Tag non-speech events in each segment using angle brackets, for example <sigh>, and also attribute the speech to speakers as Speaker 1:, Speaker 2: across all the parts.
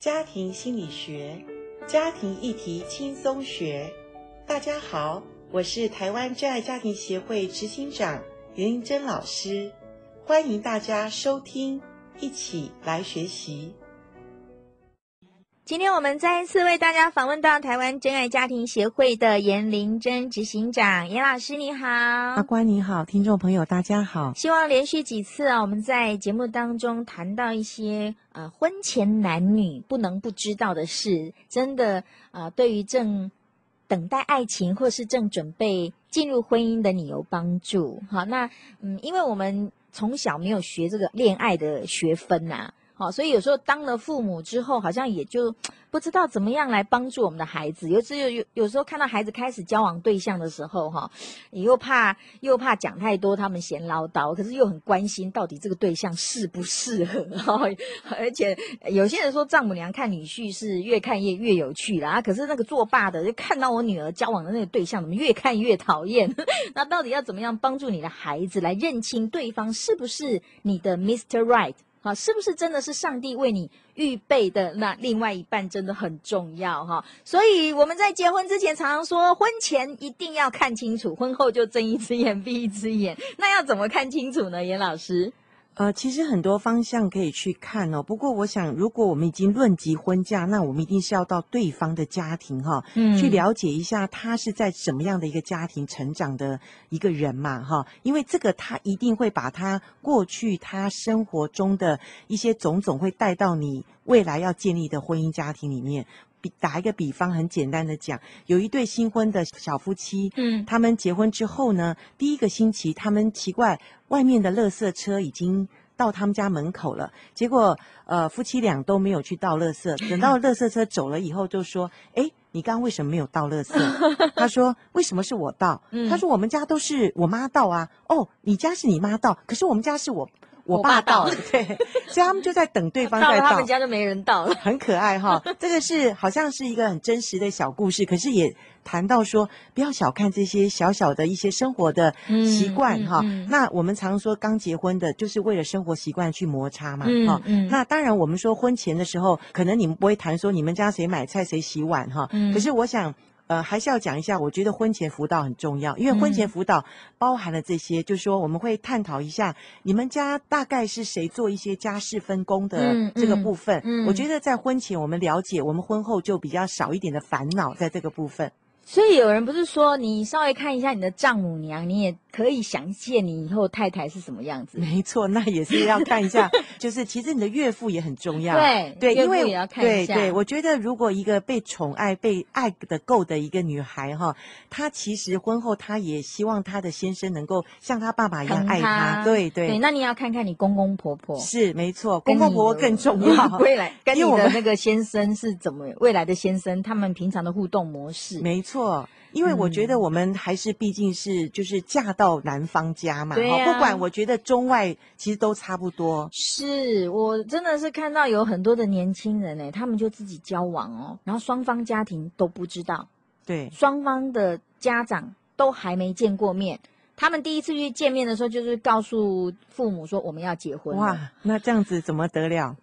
Speaker 1: 家庭心理学，家庭议题轻松学。大家好，我是台湾真爱家庭协会执行长袁英珍老师，欢迎大家收听，一起来学习。
Speaker 2: 今天我们再一次为大家访问到台湾真爱家庭协会的严玲珍执行长，严老师你好，
Speaker 1: 阿关你好，听众朋友大家好。
Speaker 2: 希望连续几次啊，我们在节目当中谈到一些呃婚前男女不能不知道的事，真的呃，对于正等待爱情或是正准备进入婚姻的你有帮助。好，那嗯，因为我们从小没有学这个恋爱的学分呐、好，所以有时候当了父母之后，好像也就不知道怎么样来帮助我们的孩子。尤其有有有时候看到孩子开始交往对象的时候，哈，你又怕又怕讲太多，他们嫌唠叨，可是又很关心到底这个对象适不适合。 <laughs> 哈，而且有些人说丈母娘看女婿是越看越越有趣啦，啊可是那个做爸的就看到我女儿交往的那个对象，怎么越看越讨厌？ <laughs> 那到底要怎么样帮助你的孩子来认清对方是不是你的 Mr. Right？啊，是不是真的是上帝为你预备的那另外一半真的很重要哈、所以我们在结婚之前常常说，婚前一定要看清楚，婚后就睁一只眼闭一只眼。 <laughs> 那要怎么看清楚呢？严老师，
Speaker 1: 呃，其实很多方向可以去看哦。不过，我想，如果我们已经论及婚嫁，那我们一定是要到对方的家庭哈、
Speaker 2: 嗯
Speaker 1: 去了解一下他是在什么样的一个家庭成长的一个人嘛，哈，因为这个他一定会把他过去他生活中的一些种种会带到你未来要建立的婚姻家庭里面。比打一个比方，很简单的讲，有一对新婚的小夫妻，
Speaker 2: 嗯
Speaker 1: 他们结婚之后呢，第一个星期，他们奇怪外面的垃圾车已经到他们家门口了，结果呃夫妻俩都没有去倒垃圾，
Speaker 2: <laughs>
Speaker 1: 等到垃圾车走了以后，就说：“哎，你刚刚为什么没有倒垃圾？”
Speaker 2: <laughs>
Speaker 1: 他说：“为什么是我倒？”
Speaker 2: 嗯
Speaker 1: 他说：“我们家都是我妈倒啊。”哦，你家是你妈倒，可是我们家是我我
Speaker 2: 我
Speaker 1: 爸
Speaker 2: 爸
Speaker 1: 倒
Speaker 2: 倒
Speaker 1: 的， <laughs> 对，所以他们就在等对方
Speaker 2: <laughs> 到
Speaker 1: 在
Speaker 2: 了他
Speaker 1: 倒
Speaker 2: 们。家就没人到了。
Speaker 1: 很可爱
Speaker 2: <laughs>
Speaker 1: 哈、这个是好像是一个很真实的小故事，可是也谈到说，不要小看这些小小的一些生活的
Speaker 2: 嗯
Speaker 1: 习惯哈、
Speaker 2: 嗯嗯
Speaker 1: 那我们常说刚结婚的，就是为了生活习惯去摩擦嘛哈、
Speaker 2: <laughs> 嗯
Speaker 1: 那当然，我们说婚前的时候，可能你们不会谈说你们家谁买菜谁洗碗哈。
Speaker 2: 嗯
Speaker 1: 可是我想，呃，还是要讲一下，我觉得婚前辅导很重要，因为
Speaker 2: 嗯
Speaker 1: 婚前辅导包含了这些，就是说我们会探讨一下你们家大概是谁做一些家事分工的
Speaker 2: 嗯
Speaker 1: 这个
Speaker 2: 嗯
Speaker 1: 部分。
Speaker 2: 嗯
Speaker 1: 我觉得在婚前我们了解，我们婚后就比较少一点的烦恼在这个部分。
Speaker 2: 所以有人不是说，你稍微看一下你的丈母娘，你也可以想见你以后太太是什么样子。
Speaker 1: 没错，那也是要看一
Speaker 2: <laughs>
Speaker 1: 下，就是其实你的岳父也很重要。
Speaker 2: 对
Speaker 1: 对，
Speaker 2: 岳
Speaker 1: 因
Speaker 2: 父
Speaker 1: 为
Speaker 2: 也要看一下。
Speaker 1: 对对，我觉得如果一个被宠爱、被爱的够的一个女孩哈，她其实婚后她也希望她的先生能够像她爸爸一样
Speaker 2: 疼
Speaker 1: 爱她。
Speaker 2: 她
Speaker 1: 对
Speaker 2: 对，
Speaker 1: 对，
Speaker 2: 那你要看看你公公婆婆。
Speaker 1: 是没错，
Speaker 2: 跟
Speaker 1: 公公
Speaker 2: 你
Speaker 1: 婆婆
Speaker 2: 的
Speaker 1: 更重要。
Speaker 2: <laughs> 未来跟你
Speaker 1: 因为我
Speaker 2: 的
Speaker 1: 们
Speaker 2: 那个先生是怎么未来的先生，他们平常的互动模式。
Speaker 1: 没错，因为我觉得
Speaker 2: 嗯
Speaker 1: 我们还是毕竟是就是嫁到男方家嘛，
Speaker 2: 对
Speaker 1: 哈
Speaker 2: 啊
Speaker 1: 不管我觉得中外其实都差不多。
Speaker 2: 是我真的是看到有很多的年轻人呢、他们就自己交往哦，然后双方家庭都不知道，
Speaker 1: 对，
Speaker 2: 双方的家长都还没见过面。他们第一次去见面的时候，就是告诉父母说我们要结婚。哇，
Speaker 1: 哇，那这样子怎么得了？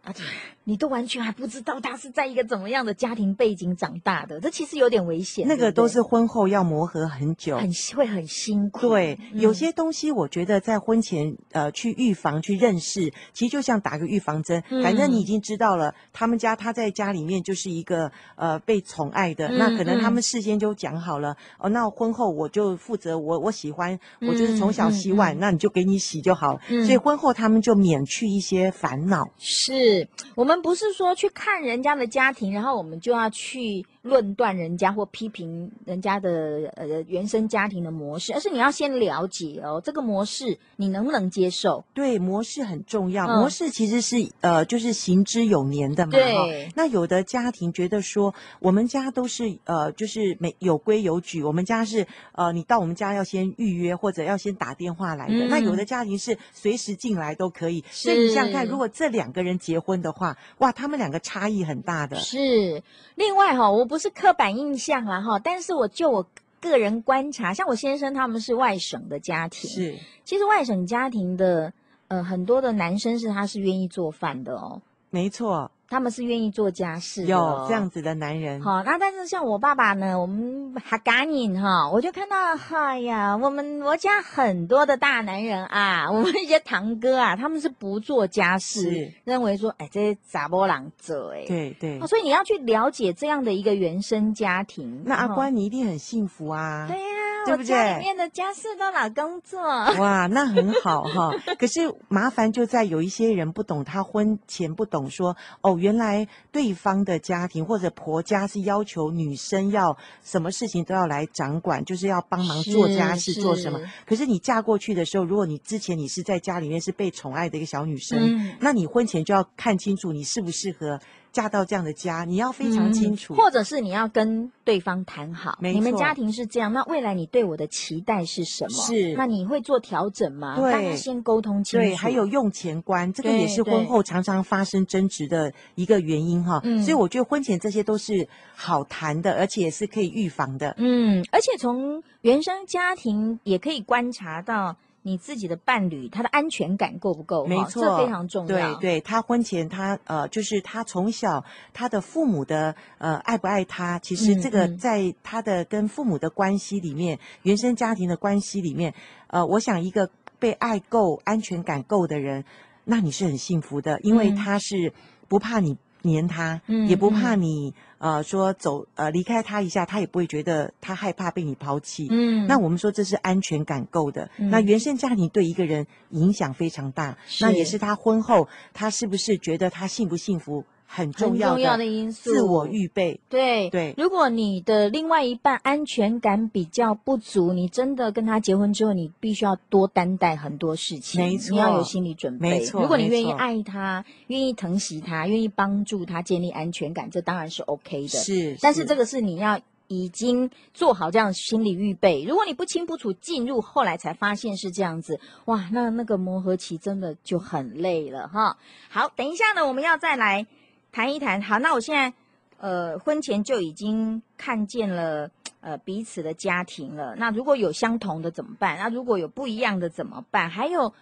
Speaker 2: 你都完全还不知道他是在一个怎么样的家庭背景长大的，这其实有点危险。
Speaker 1: 那个
Speaker 2: 对不
Speaker 1: 都
Speaker 2: 对
Speaker 1: 是婚后要磨合很久，
Speaker 2: 很会很辛苦。
Speaker 1: 对，有
Speaker 2: 嗯
Speaker 1: 些东西我觉得在婚前呃去预防、去认识，其实就像打个预防针，
Speaker 2: 嗯
Speaker 1: 反正你已经知道了，他们家他在家里面就是一个呃被宠爱的，那可能他
Speaker 2: 嗯嗯嗯
Speaker 1: 们事先就讲好了，哦，那婚后我就负责我我喜欢，我就是从小
Speaker 2: 嗯嗯
Speaker 1: 洗碗，
Speaker 2: 嗯
Speaker 1: 那你就给你洗就好了，
Speaker 2: 嗯
Speaker 1: 所以婚后他们就免去一些烦恼。
Speaker 2: 是我们不是说去看人家的家庭，然后我们就要去论断人家或批评人家的呃原生家庭的模式，而是你要先了解哦，这个模式你能不能接受？
Speaker 1: 对，模式很重要。
Speaker 2: 嗯
Speaker 1: 模式其实是呃，就是行之有年的嘛。
Speaker 2: 对
Speaker 1: 哈那有的家庭觉得说，我们家都是呃，就是没有规有矩，我们家是呃，你到我们家要先预约或者要先打电话来的。
Speaker 2: 嗯
Speaker 1: 那有的家庭是随时进来都可以。所以你想想看，
Speaker 2: 是
Speaker 1: 如果这两个人结婚的话，哇，他们两个差异很大的。
Speaker 2: 是，另外哈、我不是刻板印象啦哈，但是我就我个人观察，像我先生他们是外省的家庭，
Speaker 1: 是
Speaker 2: 其实外省家庭的呃很多的男生是他是愿意做饭的哦，
Speaker 1: 没错，
Speaker 2: 他们是愿意做家事的哦
Speaker 1: 有这样子的男人，
Speaker 2: 好，那但是像我爸爸呢，我们哈赶紧哈，我就看到，哎呀，我们我家很多的大男人啊，我们一些堂哥啊，他们是不做家事
Speaker 1: 是，
Speaker 2: 认为说，哎，这杂波郎者哎，
Speaker 1: 对对
Speaker 2: 哦，。所以你要去了解这样的一个原生家庭。
Speaker 1: 那阿
Speaker 2: 哈，
Speaker 1: 关，你一定很幸福啊！
Speaker 2: 对呀、
Speaker 1: 对
Speaker 2: 我
Speaker 1: 不
Speaker 2: 家
Speaker 1: 对
Speaker 2: 里面的家事都老公做，
Speaker 1: <laughs> 哇，那很好哈。可是麻烦就在有一些人不懂，他婚前不懂说哦，原来对方的家庭或者婆家是要求女生要什么事情都要来掌管，就是要帮忙做家事
Speaker 2: 是
Speaker 1: 做什么。？
Speaker 2: 是
Speaker 1: 可是你嫁过去的时候，如果你之前你是在家里面是被宠爱的一个小女生，
Speaker 2: 嗯。
Speaker 1: 那你婚前就要看清楚你适不适合嫁到这样的家，你要非
Speaker 2: 嗯
Speaker 1: 常清楚。
Speaker 2: 或者是你要跟对方谈好，
Speaker 1: 没
Speaker 2: 你们
Speaker 1: 错
Speaker 2: 家庭是这样，那未来你对我的期待是什么？
Speaker 1: 是
Speaker 2: 那你会做调整吗？
Speaker 1: 对
Speaker 2: 大家先沟通清楚。
Speaker 1: 对，还有用钱观，这个
Speaker 2: 对
Speaker 1: 也是婚
Speaker 2: 对
Speaker 1: 后常常发生争执的一个原因哈。
Speaker 2: 嗯
Speaker 1: 所以我觉得婚前这些都是好谈的，而且也是可以预防的。
Speaker 2: 嗯，而且从原生家庭也可以观察到你自己的伴侣他的安全感够不够，
Speaker 1: 没
Speaker 2: 哈
Speaker 1: 错
Speaker 2: 这非常重要
Speaker 1: 对。对，他婚前他呃，就是他从小他的父母的呃爱不爱他，其实
Speaker 2: 嗯
Speaker 1: 这个
Speaker 2: 嗯
Speaker 1: 在他的跟父母的关系里面，原生家庭的关系里面，呃，我想一个被爱够、安全感够的人，那你是很幸福的，因为
Speaker 2: 嗯
Speaker 1: 他是不怕你。黏他，
Speaker 2: 嗯
Speaker 1: 也不怕你，呃，说走，呃，离开他一下，他也不会觉得他害怕被你抛弃。
Speaker 2: 嗯
Speaker 1: 那我们说这是安全感够的。
Speaker 2: 嗯
Speaker 1: 那原生家庭对一个人影响非常大，
Speaker 2: 是
Speaker 1: 那也是他婚后他是不是觉得他幸不幸福很重
Speaker 2: 很
Speaker 1: 要
Speaker 2: 重要
Speaker 1: 的
Speaker 2: 的因素，
Speaker 1: 自我预备。
Speaker 2: 对
Speaker 1: 对
Speaker 2: 如果你的另外一半安全感比较不足，你真的跟他结婚之后，你必须要多担待很多事情，
Speaker 1: 没错
Speaker 2: 你要有心理准备。
Speaker 1: 没错
Speaker 2: 如果你愿意
Speaker 1: 没错
Speaker 2: 爱他，愿意疼惜他，愿意帮助他建立安全感，这当然是 OK 的。
Speaker 1: 是，
Speaker 2: 但是这个是你要。已经做好这样的心理预备，如果你不清不楚进入，后来才发现是这样子，哇，那那个磨合期真的就很累了哈。好，等一下呢，我们要再来谈一谈。好，那我现在呃婚前就已经看见了呃彼此的家庭了，那如果有相同的怎么办？那如果有不一样的怎么办？还有，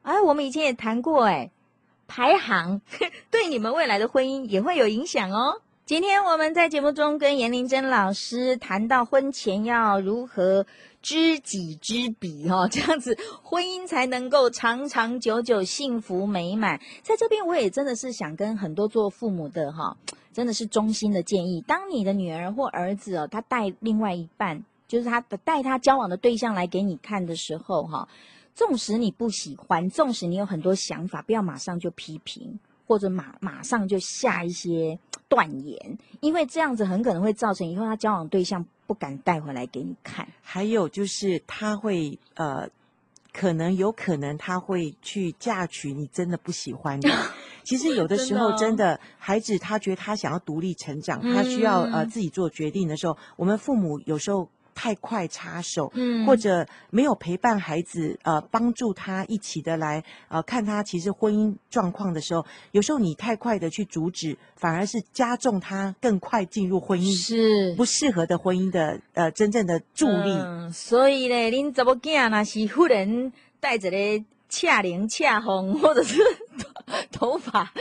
Speaker 2: 哎，我们以前也谈过哎、排行 <laughs> 对你们未来的婚姻也会有影响哦。今天我们在节目中跟严玲珍老师谈到婚前要如何知己知彼哦， <laughs> 这样子婚姻才能够长长久久、幸福美满。在这边我也真的是想跟很多做父母的哈、真的是衷心的建议：当你的女儿或儿子哦，他带另外一半，就是他的带他交往的对象来给你看的时候哈、纵使你不喜欢，纵使你有很多想法，不要马上就批评，或者马马上就下一些断言，因为这样子很可能会造成以后他交往对象不敢带回来给你看。
Speaker 1: 还有就是他会呃，可能有可能他会去嫁娶你真的不喜欢
Speaker 2: <laughs>
Speaker 1: 的。其实有的时候
Speaker 2: 真
Speaker 1: 真
Speaker 2: 的
Speaker 1: 的，孩子他觉得他想要独立成长，他需要呃
Speaker 2: 嗯
Speaker 1: 自己做决定的时候，我们父母有时候太快插手，
Speaker 2: 嗯
Speaker 1: 或者没有陪伴孩子，呃，帮助他一起的来，呃，看他其实婚姻状况的时候，有时候你太快的去阻止，反而是加重他更快进入婚姻
Speaker 2: 是
Speaker 1: 不适合的婚姻的呃真正的助力。
Speaker 2: 嗯所以呢，恁查某囝若是忽然带着个赤领、赤红，或者是 <laughs> 头发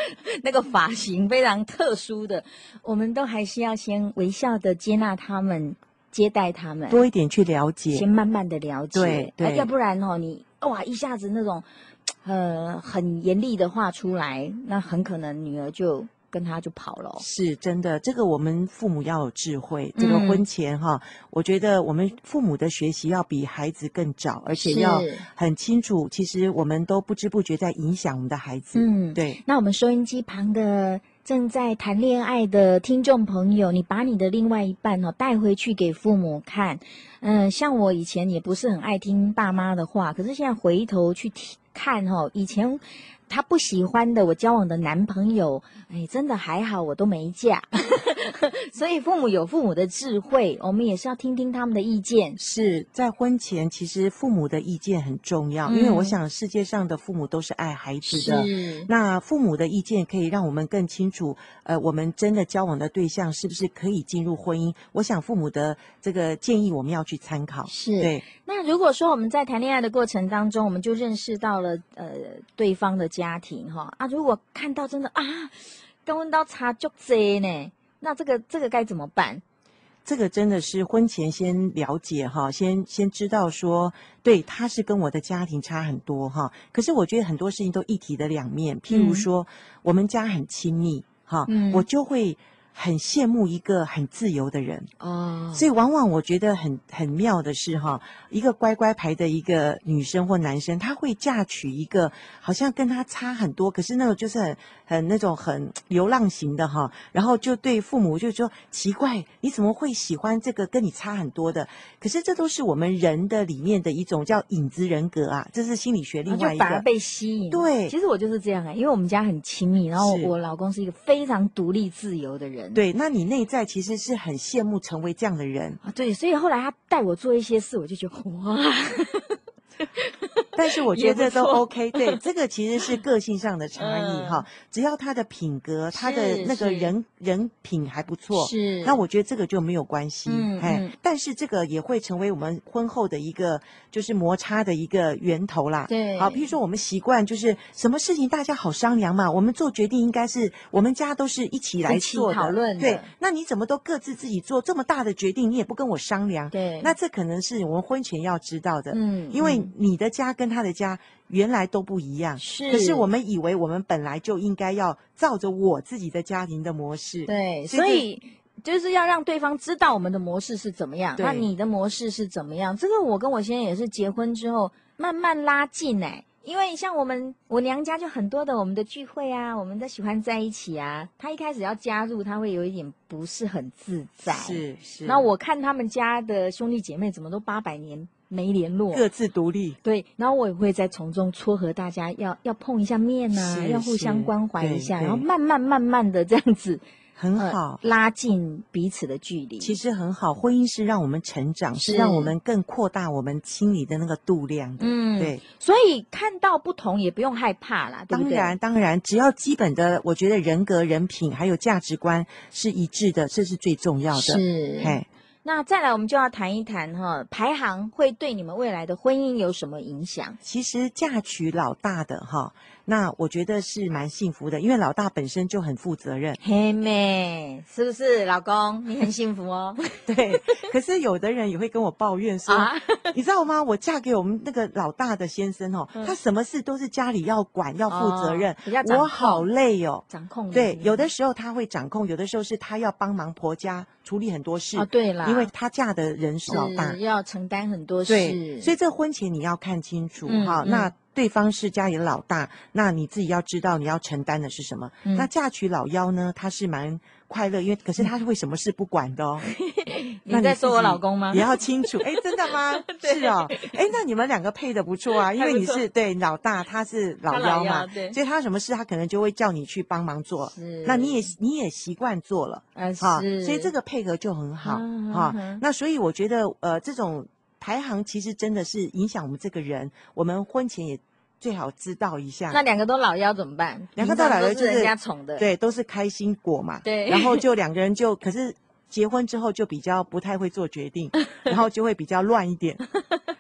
Speaker 2: 那个发型非常特殊的，我们都还是要先微笑的接纳他们，接待他们，
Speaker 1: 多一点去了解
Speaker 2: 先，慢慢的了解，
Speaker 1: 对对
Speaker 2: 啊要不然哦，你哇一下子那种呃很严厉的话出来，那很可能女儿就跟他就跑了哦。
Speaker 1: 是真的。这个我们父母要有智慧。这个
Speaker 2: 嗯
Speaker 1: 婚前哈，我觉得我们父母的学习要比孩子更早，而且要
Speaker 2: 是
Speaker 1: 很清楚。其实我们都不知不觉在影响我们的孩子。
Speaker 2: 嗯，
Speaker 1: 对，
Speaker 2: 那我们收音机旁的正在谈恋爱的听众朋友，你把你的另外一半哦带回去给父母看。嗯，像我以前也不是很爱听爸妈的话，可是现在回头去听看哦，以前他不喜欢的我交往的男朋友，哎，真的还好，我都没嫁。 <laughs> 所以父母有父母的智慧，我们也是要听听他们的意见。
Speaker 1: 是在婚前，其实父母的意见很重要，因为我
Speaker 2: 嗯
Speaker 1: 想世界上的父母都是爱孩子的。那父母的意见可以让我们更清楚，呃，我们真的交往的对象是不是可以进入婚姻？我想父母的这个建议我们要去参考。
Speaker 2: 是。
Speaker 1: 对，
Speaker 2: 那如果说我们在谈恋爱的过程当中，我们就认识到了呃对方的家庭哈啊，如果看到真的啊，跟阮兜差足济呢。那这个这个该怎么办？
Speaker 1: 这个真的是婚前先了解哈，先先知道说，对，他是跟我的家庭差很多哈。可是我觉得很多事情都一体的两面，譬如说、我们家很亲密哈，
Speaker 2: 嗯
Speaker 1: 我就会很羡慕一个很自由的人。
Speaker 2: 哦
Speaker 1: 所以往往我觉得很很妙的是哈，一个乖乖牌的一个女生或男生，他会嫁娶一个好像跟他差很多，可是那种就是很很那种很流浪型的哈，然后就对父母就说奇怪，你怎么会喜欢这个跟你差很多的？可是这都是我们人的里面的一种叫影子人格啊，这是心理学另
Speaker 2: 然后
Speaker 1: 外一
Speaker 2: 啊就反而
Speaker 1: 个。
Speaker 2: 被吸引。
Speaker 1: 对
Speaker 2: 其实我就是这样哎、因为我们家很亲密，然后
Speaker 1: 是
Speaker 2: 我老公是一个非常独立自由的人。
Speaker 1: 对，那你内在其实是很羡慕成为这样的人，
Speaker 2: 啊，对，所以后来他带我做一些事，我就觉得哇， <laughs>
Speaker 1: 但是我觉
Speaker 2: 也
Speaker 1: 得
Speaker 2: 不
Speaker 1: 都
Speaker 2: 错
Speaker 1: OK，对，这个其实是个性上的
Speaker 2: <laughs>
Speaker 1: 差异
Speaker 2: 嗯
Speaker 1: 哈、只要他的品格、他的
Speaker 2: 是
Speaker 1: 那个
Speaker 2: 是
Speaker 1: 人人品还不错，
Speaker 2: 是
Speaker 1: 那我觉得这个就没有关系，
Speaker 2: 嗯
Speaker 1: 哎、
Speaker 2: 嗯
Speaker 1: 但是这个也会成为我们婚后的一个就是摩擦的一个源头啦。
Speaker 2: 对
Speaker 1: 好，譬如说我们习惯就是什么事情大家好商量嘛，我们做决定应该是我们家都是一起来
Speaker 2: 一起
Speaker 1: 做的
Speaker 2: 讨论的
Speaker 1: 对，那你怎么都各自自己做这么大的决定，你也不跟我商量？
Speaker 2: 对，
Speaker 1: 那这可能是我们婚前要知道的。
Speaker 2: 嗯
Speaker 1: 因为
Speaker 2: 嗯
Speaker 1: 你的家跟他的家原来都不一样，
Speaker 2: 是，
Speaker 1: 可是我们以为我们本来就应该要照着我自己的家庭的模式，
Speaker 2: 对，
Speaker 1: 所
Speaker 2: 所
Speaker 1: 以
Speaker 2: 以就是要让对方知道我们的模式是怎么样，
Speaker 1: 对
Speaker 2: 那你的模式是怎么样？这个我跟我先生也是结婚之后慢慢拉近哎、因为像我们我娘家就很多的我们的聚会啊，我们都喜欢在一起啊。他一开始要加入，他会有一点不是很自在。。
Speaker 1: 是是，
Speaker 2: 然后我看他们家的兄弟姐妹怎么都八百年没联络，
Speaker 1: 各自独立，
Speaker 2: 对，然后我也会在从中撮合大家要要碰一下面啊，
Speaker 1: 是
Speaker 2: 要互相
Speaker 1: 是
Speaker 2: 关怀
Speaker 1: 对
Speaker 2: 一下，
Speaker 1: 对
Speaker 2: 然后慢慢慢慢的这样子，
Speaker 1: 很
Speaker 2: 嗯
Speaker 1: 好。
Speaker 2: 呃拉近彼此的距离。
Speaker 1: 其实很好，婚姻是让我们成长，是
Speaker 2: 是
Speaker 1: 让我们更扩大我们心里的那个度量的。
Speaker 2: 嗯，，
Speaker 1: 对，
Speaker 2: 所以看到不同也不用害怕啦，对不
Speaker 1: 当
Speaker 2: 对？
Speaker 1: 然当然，只要基本的，我觉得人格、人品还有价值观是一致的，这是最重要的。
Speaker 2: 是。
Speaker 1: 哎，
Speaker 2: 那再来，我们就要谈一谈哈，排行会对你们未来的婚姻有什么影响？
Speaker 1: 其实嫁娶老大的哈，那我觉得是蛮幸福的，因为老大本身就很负责任。
Speaker 2: 嘿妹，是不是老公？你很幸
Speaker 1: <laughs>
Speaker 2: 福哦
Speaker 1: 对，可是有的人也会跟我抱怨说，
Speaker 2: 啊！
Speaker 1: 你知道吗？我嫁给我们那个老大的先生哦，
Speaker 2: 嗯
Speaker 1: 他什么事都是家里要管，要负责任
Speaker 2: 哦，比较掌
Speaker 1: 我
Speaker 2: 控嗯
Speaker 1: 好累哦。
Speaker 2: 掌控
Speaker 1: 对，
Speaker 2: 你
Speaker 1: 有的时候他会掌控，有的时候是他要帮忙婆家处理很多事，
Speaker 2: 啊，对啦，嗯
Speaker 1: 因为他嫁的人是老大
Speaker 2: 是，要承担很多事，
Speaker 1: 对，所以这婚前你要看清楚
Speaker 2: 嗯
Speaker 1: 哈、
Speaker 2: 嗯
Speaker 1: 那对方是家里的老大，那你自己要知道你要承担的是什么。
Speaker 2: 嗯
Speaker 1: 那嫁娶老幺呢，他是蛮快乐，因为可是他是会什么事不管的
Speaker 2: <laughs>
Speaker 1: 哦。那
Speaker 2: 你在
Speaker 1: 自
Speaker 2: 说我
Speaker 1: 己
Speaker 2: 老公吗
Speaker 1: 也？要清楚，哎，真的吗？
Speaker 2: <laughs>
Speaker 1: 是哦，哎，那你们两个配的不错啊，因为你
Speaker 2: 还
Speaker 1: 是对老大，他是老
Speaker 2: 他
Speaker 1: 幺
Speaker 2: 老
Speaker 1: 嘛
Speaker 2: 幺，对
Speaker 1: 所以他什么事他可能就会叫你去帮忙做，
Speaker 2: 是
Speaker 1: 那你也你也习惯做了。
Speaker 2: 啊，
Speaker 1: 哈，
Speaker 2: 是，
Speaker 1: 所以这个配合就很好
Speaker 2: 嗯
Speaker 1: 哈
Speaker 2: 嗯嗯。
Speaker 1: 那所以我觉得，呃，这种排行其实真的是影响我们这个人，我们婚前也最好知道一
Speaker 2: 那
Speaker 1: 下。
Speaker 2: 两个都老幺怎么办？
Speaker 1: 啊两个都老幺
Speaker 2: 平常
Speaker 1: 就是
Speaker 2: 是人家宠的，
Speaker 1: 对，都是开心果嘛。
Speaker 2: 对 <laughs>
Speaker 1: 然后就两个人就，可是结婚之后就比较不太会做决
Speaker 2: <laughs>
Speaker 1: 定，然后就会比较乱一点。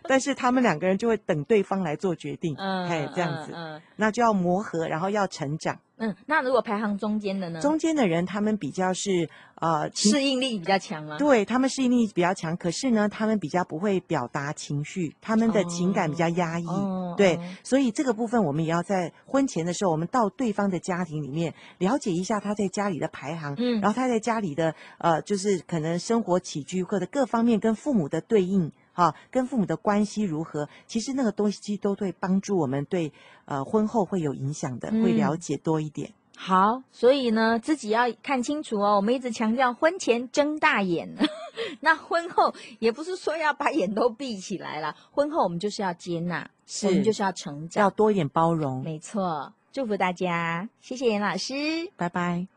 Speaker 1: 但是他们两个人就会等对方来做决定，哎、这样子，
Speaker 2: 嗯
Speaker 1: 那就要磨合，然后要成长。
Speaker 2: 嗯，那如果排行中间的呢？
Speaker 1: 中间的人他们比较是呃情
Speaker 2: 适应力比较强吗？
Speaker 1: 对他们适应力比较强，可是呢，他们比较不会表达情绪，他们的情感比较压抑。
Speaker 2: 哦
Speaker 1: 对
Speaker 2: 哦，
Speaker 1: 所以这个部分我们也要在婚前的时候，我们到对方的家庭里面了解一下他在家里的排行，
Speaker 2: 嗯
Speaker 1: 然后他在家里的呃，就是可能生活起居或者各方面跟父母的对应。啊，跟父母的关系如何？其实那个东西都会帮助我们对呃婚后会有影响的，会
Speaker 2: 嗯
Speaker 1: 了解多一点。
Speaker 2: 好，所以呢，自己要看清楚哦。我们一直强调婚前睁大眼， <laughs> 那婚后也不是说要把眼都闭起来了，婚后我们就是要接纳，
Speaker 1: 是
Speaker 2: 我们就是要成
Speaker 1: 要
Speaker 2: 长，
Speaker 1: 多一点包容。
Speaker 2: 没错。祝福大家，谢谢严老师。
Speaker 1: 拜拜。